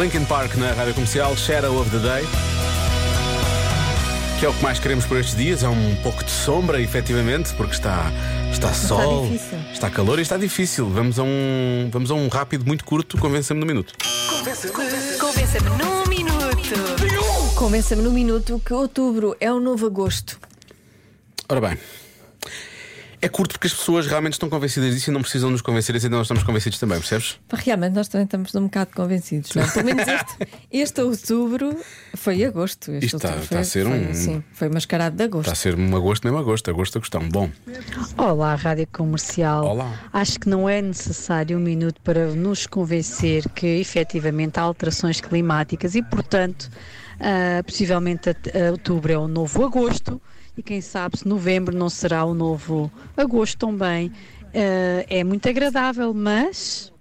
Linkin Park na rádio comercial Shadow of the Day. Que é o que mais queremos por estes dias, é um pouco de sombra, efetivamente, porque está, está sol, difícil. está calor e está difícil. Vamos a um, vamos a um rápido muito curto, convença-me no minuto. Convença-me num minuto. Convença-me no minuto que outubro é o novo agosto. Ora bem, é curto porque as pessoas realmente estão convencidas disso e não precisam nos convencer, assim nós estamos convencidos também, percebes? Pá, Realmente, nós também estamos um bocado convencidos. Não? é? Pelo menos este, este outubro foi agosto. Este Isto está- outubro está foi, a ser foi, um- Sim, foi mascarado de agosto. Está a ser um agosto, mesmo agosto, agosto, agostão. Bom, Olá, Rádio Comercial. Olá. Acho que não é necessário um minuto para nos convencer que efetivamente há alterações climáticas e, portanto, ah, possivelmente a- a outubro é o novo agosto e, quem sabe, se novembro não será o novo agosto também. Ah, é muito agradável, mas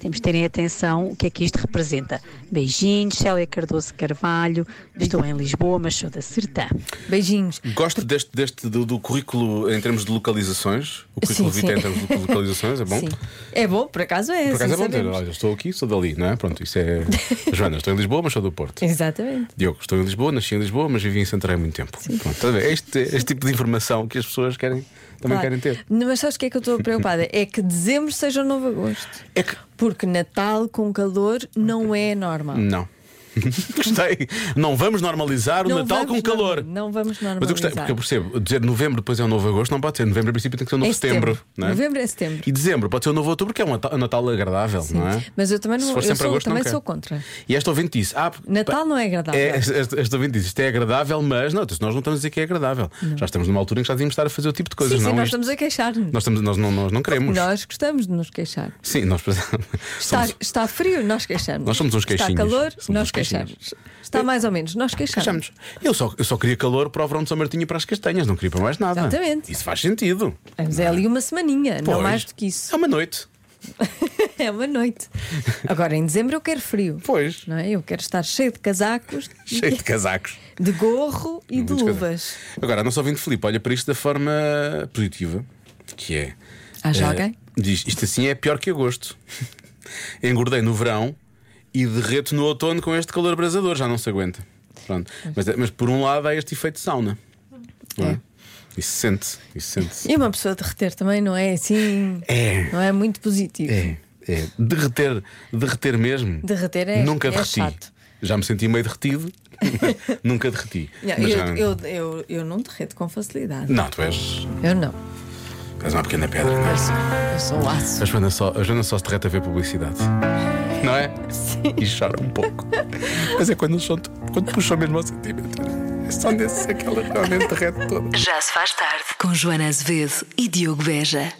temos de terem atenção o que é que isto representa. Beijinhos, Célia Cardoso Carvalho. Estou em Lisboa, mas sou da Sertã. Beijinhos. gosto deste, deste do, do currículo em termos de localizações. O currículo Sim, Vita em sim. termos de localizações, é bom? Sim. É bom, por acaso é. Por acaso é sim, bom dizer, sabemos. olha, estou aqui, sou dali, não é? Pronto, isso é. Joana, estou em Lisboa, mas sou do Porto. Exatamente. Diogo, estou em Lisboa, nasci em Lisboa, mas vivi em Santarém há muito tempo. Pronto, estás a ver? este, este tipo de informação que as pessoas querem, também Claro. querem ter. Mas sabes o que é que eu estou preocupada? É que dezembro seja o novo agosto. É que. Porque Natal com calor não é normal. Não. gostei. Não vamos normalizar o Não Natal vamos com calor. norm- não vamos normalizar. Mas eu gostei, porque eu percebo, dizer novembro depois é um novo agosto, não pode ser. Novembro, a princípio, tem que ser um novo É setembro. não é? Novembro é setembro. E dezembro pode ser um novo outubro, que é um Natal- um Natal agradável, não é? Mas eu também não- Se for eu sempre sou- agosto, não também quero. sou contra. E esta ouvinte disse: ah, p- Natal p- não é agradável. É, esta- esta esta ouvinte disse: isto é agradável, mas não, nós não estamos a dizer que é agradável. Já estamos numa altura em que já devíamos estar a fazer o tipo de coisas, sim, não sim, nós Isto- estamos a queixar-nos. nós, estamos- nós não, nós não queremos. Nós gostamos de nos queixar. Sim, nós Está, somos, está frio, nós queixamos. Nós somos uns Está queixinhos. calor, Somos uns nós queixinhos. queixamos. Está mais ou menos, nós queixamos. Achamos. Eu só, eu só queria calor para o verão de São Martinho e para as castanhas, não queria para mais nada. Exatamente. Isso faz sentido. Mas é ali uma semaninha, não Pois. mais do que isso. É uma noite. É uma noite. Agora, em dezembro eu quero frio. Pois. Não é? Eu quero estar cheio de casacos, Cheio de casacos. de gorro e de Muitos luvas. casacos. Agora, a nossa ouvinte Filipe olha para isto da forma positiva, que é. Há já eh, alguém? Diz: Isto assim é pior que agosto. Engordei no verão e derreto no outono com este calor abrasador, já não se aguenta. Pronto. Mas, mas por um lado há este efeito de sauna. Não é? Isso sente-se. Isso sente-se. E uma pessoa derreter também não é assim. É. Não é muito positivo. É, é. Derreter, derreter mesmo. Derreter é- Nunca é derreti. chato. Já me senti meio derretido. Nunca derreti. Não, Mas eu, já- eu, eu, eu não derreto com facilidade. Não, tu és, Eu não. és uma pequena pedra, não é? Eu sou, eu sou um aço. A Joana, só, a Joana só se derrete a ver publicidade. Não é? Sim. E chora um pouco. Mas é quando, são, quando puxam mesmo ao sentimento. É só nesse é que ela realmente derrete toda. Já se faz tarde. Com Joana Azevedo e Diogo Beja.